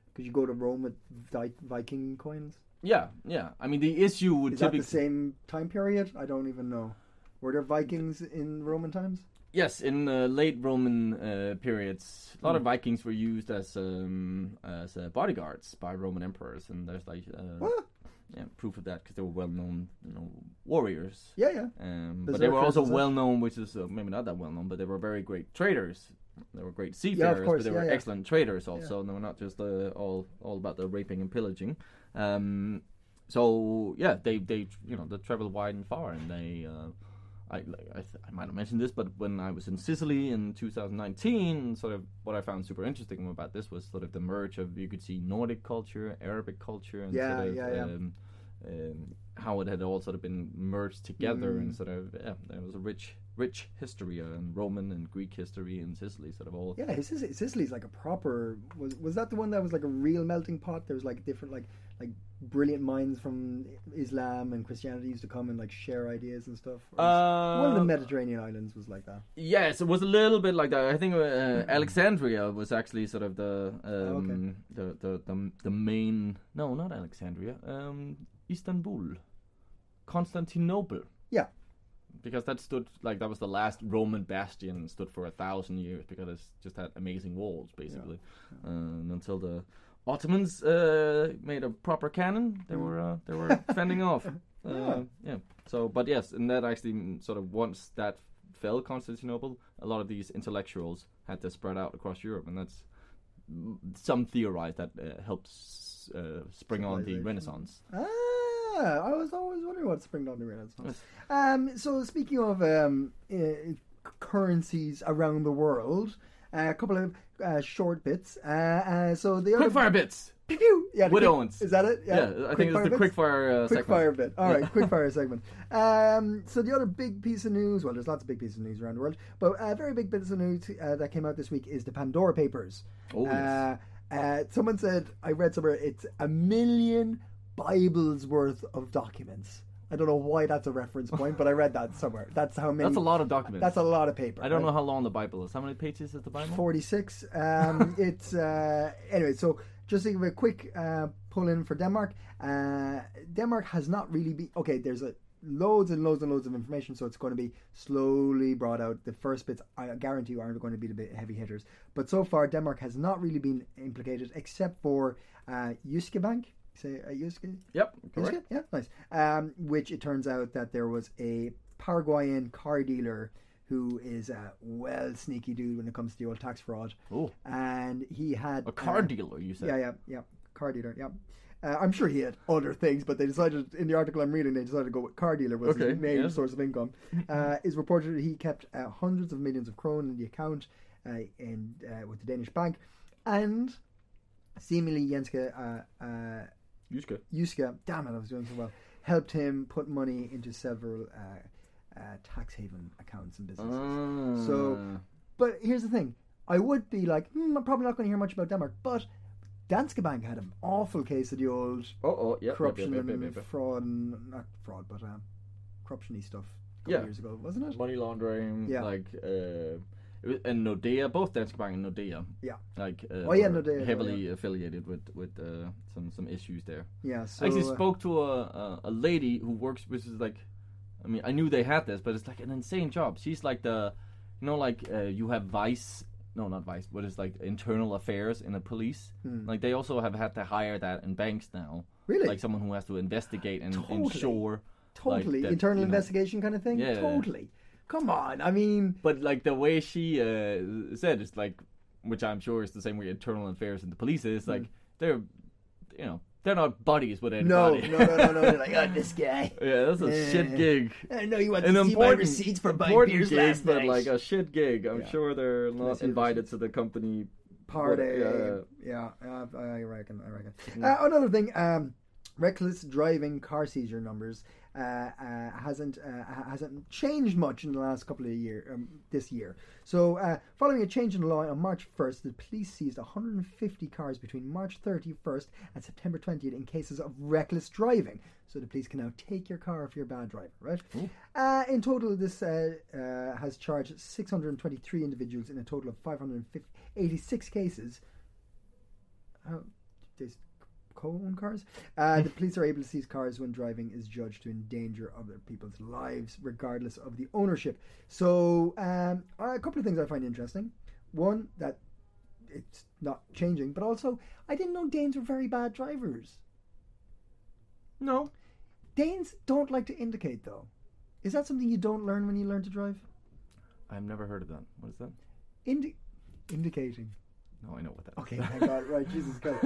S2: Because you go to Rome with Vi- Viking coins.
S3: Yeah, yeah. I mean the issue would
S2: Is that the
S3: typically
S2: same time period? I don't even know. Were there Vikings in Roman times?
S3: yes in uh, late Roman uh, periods a lot of Vikings were used as um, as uh, bodyguards by Roman emperors and there's like uh,
S2: What?
S3: yeah, proof of that because they were well known you know warriors.
S2: Yeah, yeah.
S3: Um, but they were
S2: Berserkers
S3: also
S2: and such.
S3: well known, which is uh, maybe not that well known, but they were very great traders. They were great seafarers,
S2: course,
S3: but they
S2: yeah,
S3: were
S2: yeah.
S3: excellent traders also, and they were not just uh, all all about the raping and pillaging. Um, so yeah, they they you know they traveled wide and far, and they. Uh, I, I, th- I might have mentioned this, but when I was in Sicily in 2019, sort of what I found super interesting about this was sort of the merge of you could see Nordic culture, Arabic culture, and
S2: Yeah,
S3: sort of,
S2: yeah, yeah.
S3: Um, um, how it had all sort of been merged together
S2: Mm.
S3: and sort of yeah, there was a rich rich history uh, and Roman and Greek history in Sicily sort of all
S2: Yeah, Sicily, Sicily's like a proper. Was was that the one that was like a real melting pot? There was like different like like brilliant minds from Islam and Christianity used to come and like share ideas and stuff. Or was- one of the
S3: Uh,
S2: Mediterranean islands was like that.
S3: Yes, it was a little bit like that. I think uh, Alexandria was actually sort of the, um,
S2: Mm-hmm. Oh, okay.
S3: the, the the the main. No, not Alexandria. Um, Istanbul, Constantinople.
S2: Yeah.
S3: because that stood like that was the last Roman bastion and stood for a thousand years because it's just had amazing walls basically, and um, until the Ottomans uh, made a proper cannon, they were uh, they
S2: [laughs]
S3: were fending off. Uh, yeah. So, but yes, and that actually mm, sort of once that fell Constantinople, a lot of these intellectuals had to spread out across Europe, and that's mm, some theorize that uh, helps uh, spring on the
S2: Civilization.
S3: Renaissance.
S2: Ah, I was always wondering what spring down the Renaissance. was. Um, so speaking of um, uh, currencies around the world, uh, a couple of uh, short bits. Uh, uh, so the other
S3: Quickfire bits.
S2: Pew, pew. Yeah, the
S3: Widow
S2: quick-
S3: Owens.
S2: Is that it?
S3: Yeah, I think it's the
S2: bits?
S3: quickfire uh,
S2: quick
S3: segment.
S2: fire bit. All right, quick fire segment. Um, so the other big piece of news, well, there's lots of big pieces of news around the world, but a very big piece of news uh, that came out this week is the Pandora Papers.
S3: Oh, yes.
S2: Uh, uh, someone said I read somewhere it's a million Bibles worth of documents. I don't know why that's a reference point, but I read that somewhere. That's how many.
S3: That's a lot of documents.
S2: That's a lot of paper.
S3: I don't know how long the Bible is. How many pages is the Bible?
S2: 46. Um, it's uh, anyway. So just to give a quick uh, pull in for Denmark. Uh, Denmark has not really been okay. There's a loads and loads and loads of information, so it's going to be slowly brought out. The first bits, I guarantee you, aren't going to be the bit heavy hitters. But so far, Denmark has not really been implicated, except for uh, Jyske Bank. Say uh, Jyske.
S3: Yep,
S2: That's
S3: correct.
S2: good. Yeah, nice. Um, which it turns out that there was a Paraguayan car dealer who is a well sneaky dude when it comes to the old tax fraud.
S3: Oh.
S2: And he had
S3: A car
S2: uh,
S3: dealer, you said.
S2: Yeah, yeah, yeah. Car dealer. Yeah. Uh, I'm sure he had other things, but they decided in the article I'm reading, they decided to go with car dealer was
S3: Okay,
S2: his main
S3: yeah.
S2: source
S3: [laughs]
S2: of income. Uh, is reported that he kept uh, hundreds of millions of krone in the account uh, in, uh, with the Danish bank, and seemingly Jenske uh, uh,
S3: Yusuke.
S2: Yuska, damn it, I was doing so well, helped him put money into several uh, uh, tax haven accounts and businesses.
S3: Uh.
S2: So- But here's the thing I would be like, hmm, I'm probably not going to hear much about Denmark, but Danske Bank had an awful case of the old
S3: oh, oh, yeah,
S2: corruption
S3: yeah, yeah, yeah,
S2: and
S3: yeah,
S2: fraud, and, not fraud, but um, corruption y stuff a couple
S3: Yeah.
S2: years ago, wasn't
S3: yeah.
S2: it?
S3: money laundering,
S2: Yeah.
S3: like uh, it was- and Nordea, both Danske Bank and Nordea.
S2: Yeah.
S3: like uh,
S2: Oh, yeah,
S3: were
S2: Nordea as well,
S3: heavily affiliated with with uh, some some issues there.
S2: Yeah, so.
S3: I actually
S2: uh,
S3: spoke to a, a a lady who works, which is like, I mean, I knew they had this, but it's like an insane job. She's like the, you know, like uh, you have vice, no, not vice, but it's like internal affairs in the police.
S2: Hmm.
S3: Like they also have had to hire that in banks now.
S2: Really?
S3: Like someone who has to investigate and
S2: Totally.
S3: ensure. like,
S2: totally.
S3: that,
S2: internal
S3: you know-
S2: investigation kind of thing?
S3: Yeah.
S2: Totally. Come on, I mean.
S3: But like the way she uh, said, it's like, which I'm sure is the same way internal affairs in the police is. Like they're, you know, they're not buddies with
S2: Hmm. No,
S3: anybody.
S2: no, no, no, no. They're like, oh, this guy.
S3: [laughs] yeah, that's a shit
S2: Yeah.
S3: gig.
S2: I know you want
S3: an
S2: to see my
S3: important
S2: receipts for buying
S3: important
S2: beers
S3: gig,
S2: last
S3: but
S2: night.
S3: like a shit gig. I'm sure they're
S2: I see
S3: not
S2: the
S3: invited to the company
S2: party.
S3: Yeah.
S2: Yeah, uh, I reckon. I reckon. Uh, another thing, um, reckless driving car seizure numbers uh, uh, hasn't uh, ha- hasn't changed much in the last couple of year um, this year. So, uh, following a change in law on March 1st, the police seized 150 cars between March 31st and September 20th in cases of reckless driving. So the police can now take your car if you're a bad driver, right? Uh, in total, this uh, uh, has charged 623 individuals in a total of 586 cases. How these co-owned cars? Uh, the police are able to seize cars when driving is judged to endanger other people's lives, regardless of the ownership. So, um, a couple of things I find interesting. One that it's not changing, but also I didn't know Danes were very bad drivers.
S3: No.
S2: Danes don't like to indicate, though. Is that something you don't learn when you learn to drive?
S3: I've never heard of that. What is that?
S2: Indi- indicating.
S3: No, I know what that
S2: Okay,
S3: is.
S2: thank God. Right, Jesus Christ.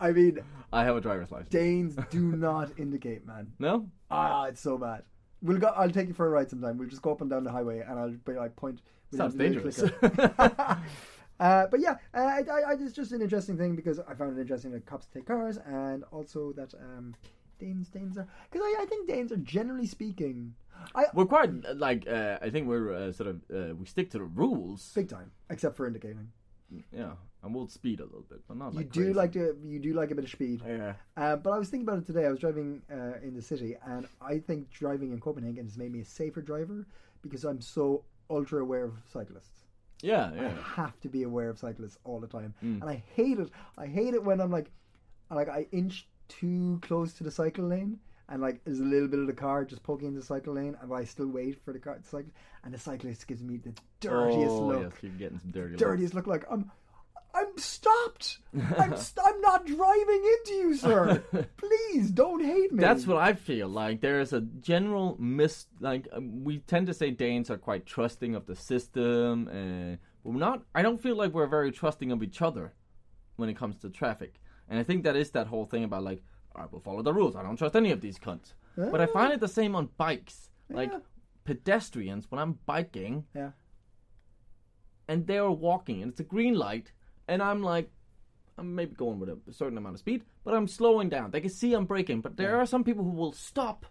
S2: I mean,
S3: [laughs] I have a driver's license.
S2: Danes do not indicate, man.
S3: no?
S2: Ah, it's so bad. We'll go. I'll take you for a ride sometime. We'll just go up and down the highway, and I'll be like point. with a
S3: Sounds
S2: little
S3: dangerous. [laughs]
S2: clicker. [laughs] uh, but yeah, uh, I, I, I, it's just an interesting thing because I found it interesting that cops take cars, and also that um, Danes, Danes are because I, I think Danes are generally speaking, I
S3: We're quite, uh, like, uh, I think we're uh, sort of, uh, we stick to the rules.
S2: big time, except for indicating.
S3: Yeah. And we'll speed a little bit, but not
S2: You
S3: like
S2: do
S3: crazy.
S2: like to, you do like a bit of speed.
S3: Yeah.
S2: Uh, but I was thinking about it today. I was driving uh, in the city, and I think driving in Copenhagen has made me a safer driver because I'm so ultra aware of cyclists.
S3: Yeah, yeah. Hmm.
S2: I have to be aware of cyclists all the time, and I hate it. I hate it when I'm like, like I inch too close to the cycle lane, and like there's a little bit of the car just poking into the cycle lane, and I still wait for the car to cycle, and the cyclist gives me the dirtiest
S3: oh,
S2: look
S3: yes, you're getting some dirty looks.
S2: dirtiest look like I'm I'm stopped.
S3: [laughs]
S2: I'm st- I'm not driving into you, sir. Please don't hate me.
S3: That's what I feel like. There is a general mis like um, we tend to say Danes are quite trusting of the system, and we're not. I don't feel like we're very trusting of each other when it comes to traffic, and I think that is that whole thing about like I will follow the rules. I don't trust any of these cunts. But I find it the same on bikes, like pedestrians. When I'm biking,
S2: Yeah.
S3: and they are walking and it's a green light and i'm like i'm maybe going with a certain amount of speed but i'm slowing down they can see i'm braking but there are some people who will stop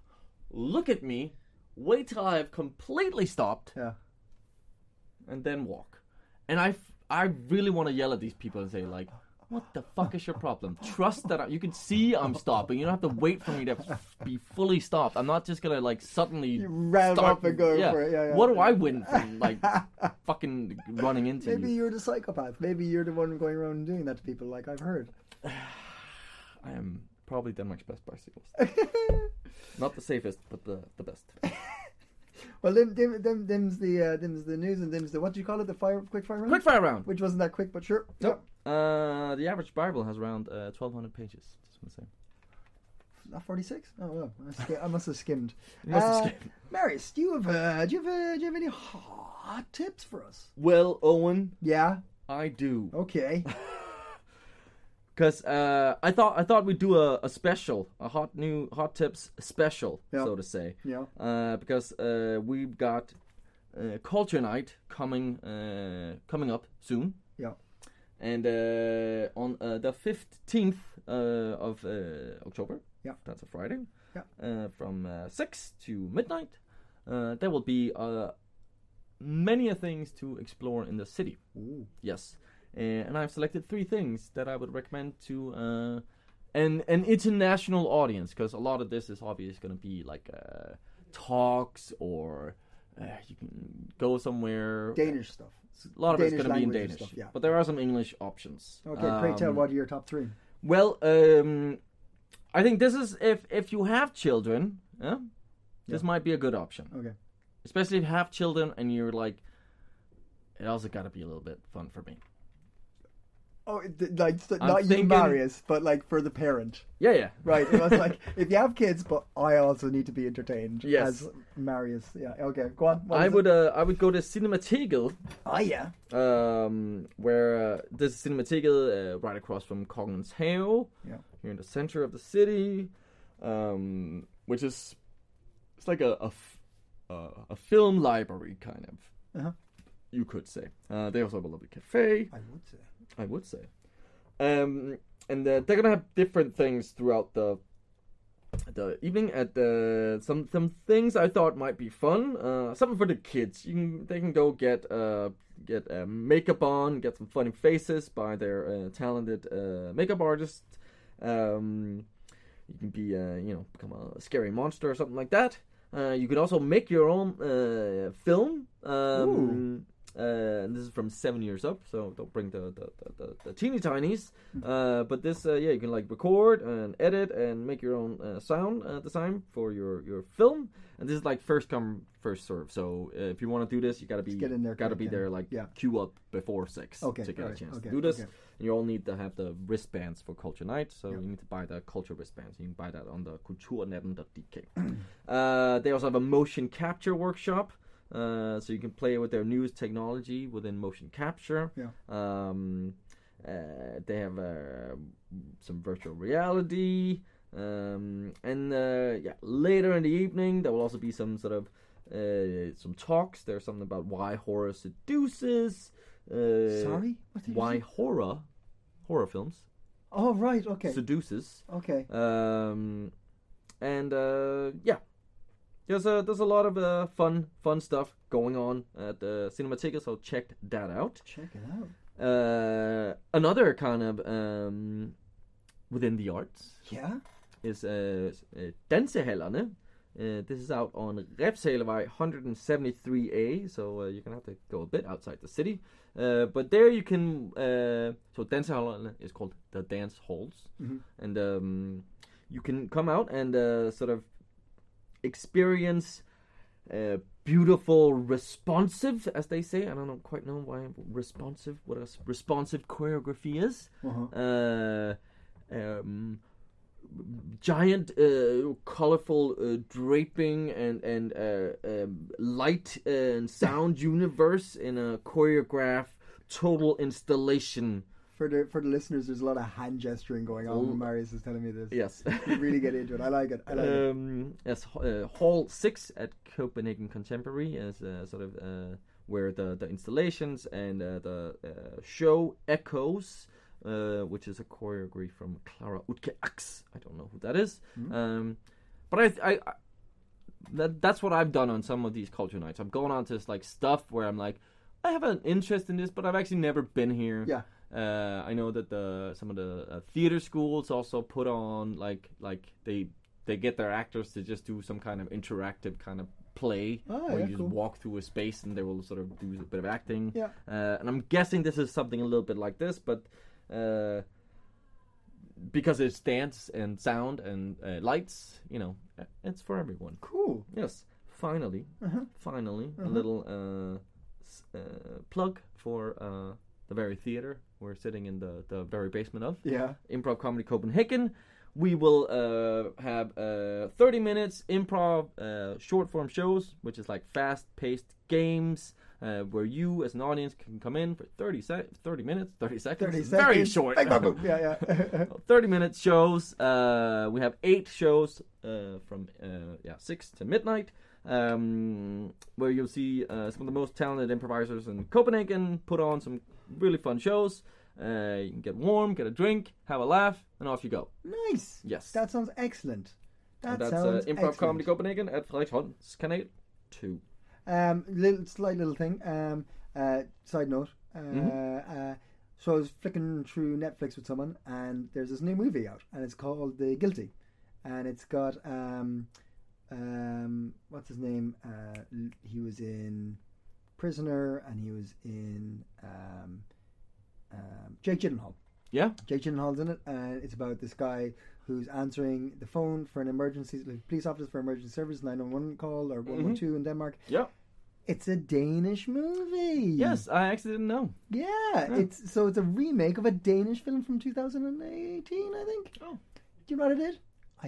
S3: look at me wait till i have completely stopped
S2: Yeah.
S3: and then walk and i f- i really want to yell at these people and say like what the fuck is your problem? Trust that I, you can see I'm stopping. You don't have to wait for me to f- be fully stopped. I'm not just gonna like suddenly
S2: rev
S3: start-
S2: up and go for it. Yeah, yeah.
S3: What do I win from like fucking running into you?
S2: [laughs] Maybe you're the psychopath. Maybe you're the one going around and doing that to people, like I've heard. [laughs]
S3: I am probably Denmark's best bicyclist. Not the safest, but the, the best.
S2: Well, them, them, them, them's the uh, them's the news and them's the what do you call it? The fire, quick fire round,
S3: Quick fire round.
S2: which wasn't that quick, but sure.
S3: Nope. Uh, the average Bible has around uh, 1,200 pages. Just want to say.
S2: Yeah. Not forty-six. Oh well, I, sk- I must have
S3: [laughs]
S2: skimmed.
S3: must have
S2: uh,
S3: skimmed.
S2: Marius, do you have uh, do you have uh, do you have any hot tips for us?
S3: Well, Owen, [laughs]
S2: Yeah.
S3: I do.
S2: Okay.
S3: Because uh, I thought I thought we'd do a, a special, a hot new hot tips special,
S2: Yeah.
S3: so to say.
S2: Yeah.
S3: Uh, because uh, we've got uh, Culture Night coming uh, coming up soon,
S2: Yeah.
S3: and uh, on uh, the fifteenth uh, of uh, October,
S2: Yeah.
S3: that's a Friday,
S2: Yeah.
S3: uh, from uh, six to midnight, uh, there will be uh, many a things to explore in the city.
S2: Ooh.
S3: Yes, uh, and I've selected three things that I would recommend to uh, an an international audience because a lot of this is obviously going to be like uh, talks or uh, you can go somewhere.
S2: Danish stuff.
S3: A lot of it's
S2: Danish
S3: going to be in
S2: language and
S3: Danish,
S2: stuff, yeah.
S3: but there are some English options.
S2: Okay, pray tell,
S3: Um,
S2: what are your top three?
S3: Well, um, I think this is if if you have children, yeah, this might be a good option
S2: Okay.
S3: especially if you have children and you're like it also got to be a little bit fun for me
S2: Oh, it- th- like so-
S3: I'm
S2: not you,
S3: thinking-
S2: Marius, but like for the parent,
S3: yeah yeah
S2: right?
S3: [laughs]
S2: It was like if you have kids, but I also need to be entertained.
S3: Yes.
S2: as Marius. Yeah. Okay, go on.
S3: i
S2: What is it?
S3: would uh, i would go to cinemategel
S2: Oh yeah.
S3: um where uh, this is cinemategel uh, right across from kongens Have,
S2: Yeah.
S3: here in the center of the city um which is it's like a a, f- uh, a film library kind of
S2: Uh-huh.
S3: you could say uh, they also have a lovely cafe
S2: I would say.
S3: I would say. Um, and uh, they're gonna have different things throughout the the evening. At the some some things I thought might be fun. Uh, something for the kids. You can they can go get uh get uh, makeup on, get some funny faces by their uh, talented uh, makeup artist. Um, you can be uh, you know become a scary monster or something like that. Uh, you can also make your own uh, film. Um, uh, this is from seven years up, so don't bring the the, the, the, the teeny tinies.
S2: Hmm.
S3: Uh, but this, uh, yeah, you can like record and edit and make your own uh, sound uh, design for your your film. And this is like first come first serve. So uh, if you want to do this, you gotta be
S2: get in there
S3: gotta
S2: quick
S3: be
S2: and-
S3: there like
S2: yeah.
S3: queue up before six
S2: Okay,
S3: to get a
S2: alright,
S3: chance
S2: okay,
S3: to do this.
S2: okay.
S3: And you all need to have the wristbands for Culture Night, so
S2: Yeah.
S3: you need to buy the Culture wristbands. You can buy that on the kulturnetten.dk. [clears throat] uh, they also have a motion capture workshop, uh, so you can play with their newest technology within motion capture.
S2: Yeah.
S3: Um, uh, they have uh, some virtual reality, um, and uh, yeah, later in the evening there will also be some sort of uh, some talks. There's something about why horror seduces. Uh,
S2: Sorry. What did you
S3: why
S2: say?
S3: horror, horror films
S2: Oh right. Okay.
S3: seduces.
S2: okay.
S3: Um, and uh, yeah, there's a there's a lot of uh, fun fun stuff going on at the Cinematica, so check that out.
S2: Check it out.
S3: Uh, another kind of um, within the arts
S2: Yeah.
S3: is uh, s- uh, Dansehallerne. Uh, this is out on Repsalevej 173A, so uh, you're gonna have to go a bit outside the city. Uh, but there you can. Uh, so Dansehallerne is called the dance halls, and um, you can come out and uh, sort of experience uh, beautiful responsive, as they say. I don't know, quite know why responsive, what a s- responsive choreography is. Uh, um, giant, uh, colorful uh, draping and and uh, um, light and sound universe in a choreograph total installation.
S2: For the for the listeners, there's a lot of hand gesturing going on. when Marius is telling me this.
S3: Yes.
S2: You really get into it. I like it. I like it.
S3: um, yes, h- uh, Hall Six at Copenhagen Contemporary is uh, sort of uh, where the, the installations and uh, the uh, show echoes, uh, which is a choreography from Clara Utke Ax. I don't know who that is.
S2: Hmm?
S3: um, but I, th- I, I that, that's what I've done on some of these culture nights. I've gone on to like stuff where I'm like, I have an interest in this, but I've actually never been here.
S2: Yeah.
S3: Uh, I know that the some of the uh, theater schools also put on like like they they get their actors to just do some kind of interactive kind of play
S2: Ah,
S3: where
S2: yeah,
S3: you just
S2: cool.
S3: walk through a space and they will sort of do a bit of acting.
S2: Yeah.
S3: Uh, and I'm guessing this is something a little bit like this, but uh, because it's dance and sound and uh, lights, you know, it's for everyone.
S2: Cool.
S3: Yes, finally,
S2: Uh-huh.
S3: finally, a little uh, s- uh, plug for uh, the very theater we're sitting in the, the very basement of
S2: Yeah.
S3: Improv Comedy Copenhagen. We will uh, have uh, 30 minutes improv uh, short form shows, which is like fast paced games. uh, where you as an audience can come in for 30 sec- 30 minutes 30 seconds
S2: 30
S3: It's very
S2: seconds.
S3: short Oh.
S2: Bang, bang,
S3: [laughs]
S2: boom. yeah, yeah. [laughs]
S3: 30 minute shows uh, we have eight shows uh, from uh, yeah 6 to midnight um, where you'll see uh, some of the most talented improvisers in copenhagen put on some really fun shows uh, you can get warm get a drink have a laugh and off you go
S2: nice.
S3: Yes.
S2: That sounds excellent. That
S3: And that's uh,
S2: sounds
S3: improv
S2: excellent.
S3: comedy copenhagen at frederiksholm's canal 2
S2: Um, little slight little thing. Um, uh, side note. Uh, uh, so I was flicking through Netflix with someone, and there's this new movie out, and it's called The Guilty, and it's got um, um, what's his name? Uh, l- he was in Prisoner, and he was in um, um, Jake Gyllenhaal.
S3: yeah
S2: Jake Gyllenhaal's in it, and it's about this guy who's answering the phone for an emergency, like police officer for emergency service, 911 call or 112 in Denmark.
S3: yeah
S2: It's a Danish movie.
S3: yes i actually didn't know
S2: Yeah, it's so it's a remake of a Danish film from 2018, I think.
S3: Oh.
S2: Do you know what I did? I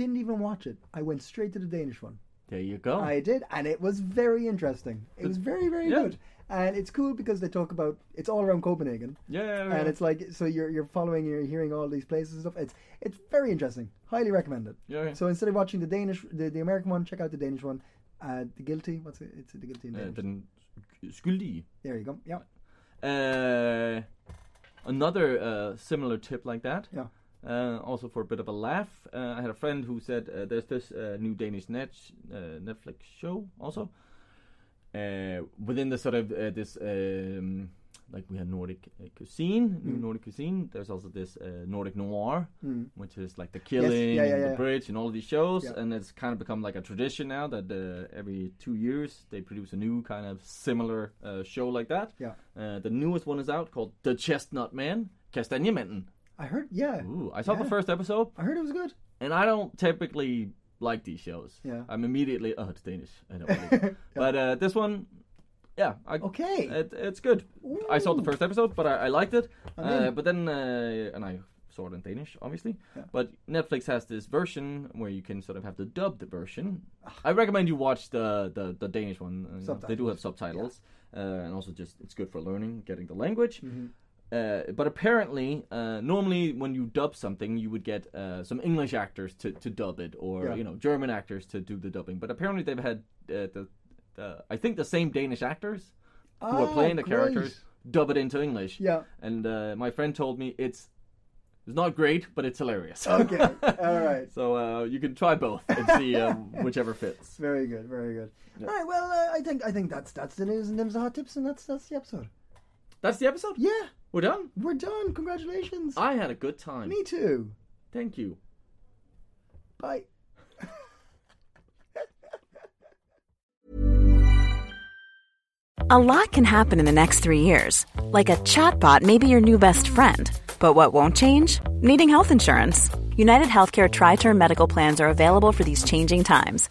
S2: didn't even watch it. I went straight to the Danish one.
S3: there you go
S2: I did, and it was very interesting. It was very, very
S3: Yeah.
S2: good. And it's cool because they talk about it's all around Copenhagen.
S3: yeah, yeah, Oh, yeah.
S2: And it's like so you're you're following, you're hearing all these places and stuff. It's it's very interesting. Highly recommend it.
S3: Yeah, yeah.
S2: So instead of watching the Danish, the, the American one, check out the Danish one. Uh, the guilty, what's it? It's the guilty in
S3: Øh,
S2: Danish.
S3: den sk- skyldige.
S2: there you go. Yeah,
S3: Uh, another uh, similar tip like that.
S2: yeah.
S3: Uh, also for a bit of a laugh, uh, I had a friend who said uh, there's this uh, new Danish net uh, Netflix show also uh, within the sort of uh, this um, like we had Nordic uh, cuisine,
S2: Mm.
S3: new Nordic cuisine. There's also this uh, Nordic noir, which is like the killing,
S2: yeah,
S3: and
S2: yeah,
S3: the
S2: yeah.
S3: bridge, and all of these shows,
S2: Yeah.
S3: and it's kind of become like a tradition now that uh, every two years they produce a new kind of similar uh, show like that.
S2: Yeah.
S3: Uh, the newest one is out called The Chestnut Man, Kastanjemanden.
S2: I heard. Yeah,
S3: Ooh, I saw the
S2: Yeah.
S3: first episode
S2: I heard it was good.
S3: and I don't typically like these shows.
S2: Yeah.
S3: I'm immediately oh it's Danish. I
S2: [laughs]
S3: don't like it. But uh, this one, yeah, I,
S2: Okay.
S3: it, it's good. I saw the first episode, but I, I liked it. Uh, but then, uh, and I saw it in Danish, obviously. But Netflix has this version where you can sort of have the dubbed version. I recommend you watch the the, the Danish one. Uh, They do have subtitles, uh, and also just it's good for learning, getting the language. Uh, but apparently, uh, normally when you dub something, you would get uh, some English actors to, to dub it, or
S2: Yeah.
S3: you know German actors to do the dubbing. But apparently, they've had uh, the, the I think the same Danish actors who are
S2: Ah,
S3: playing the
S2: great.
S3: characters dub it into English. [laughs]
S2: Yeah.
S3: And uh, my friend told me it's it's not great, but it's hilarious.
S2: Okay, all right.
S3: [laughs] so uh, you can try both and see uh, whichever fits.
S2: Very good, very good. All right, well, uh, I think I think that's that's the news and them's the hot tips, and that's that's the episode.
S3: That's the episode.
S2: Yeah,
S3: We're done.
S2: we're done. Congratulations.
S3: I had a good time.
S2: Me too.
S3: Thank you.
S2: Bye.
S4: A lot can happen in the next three years. Like a chatbot may be your new best friend. But what won't change? Needing health insurance. United Healthcare Tri Term Medical Plans are available for these changing times.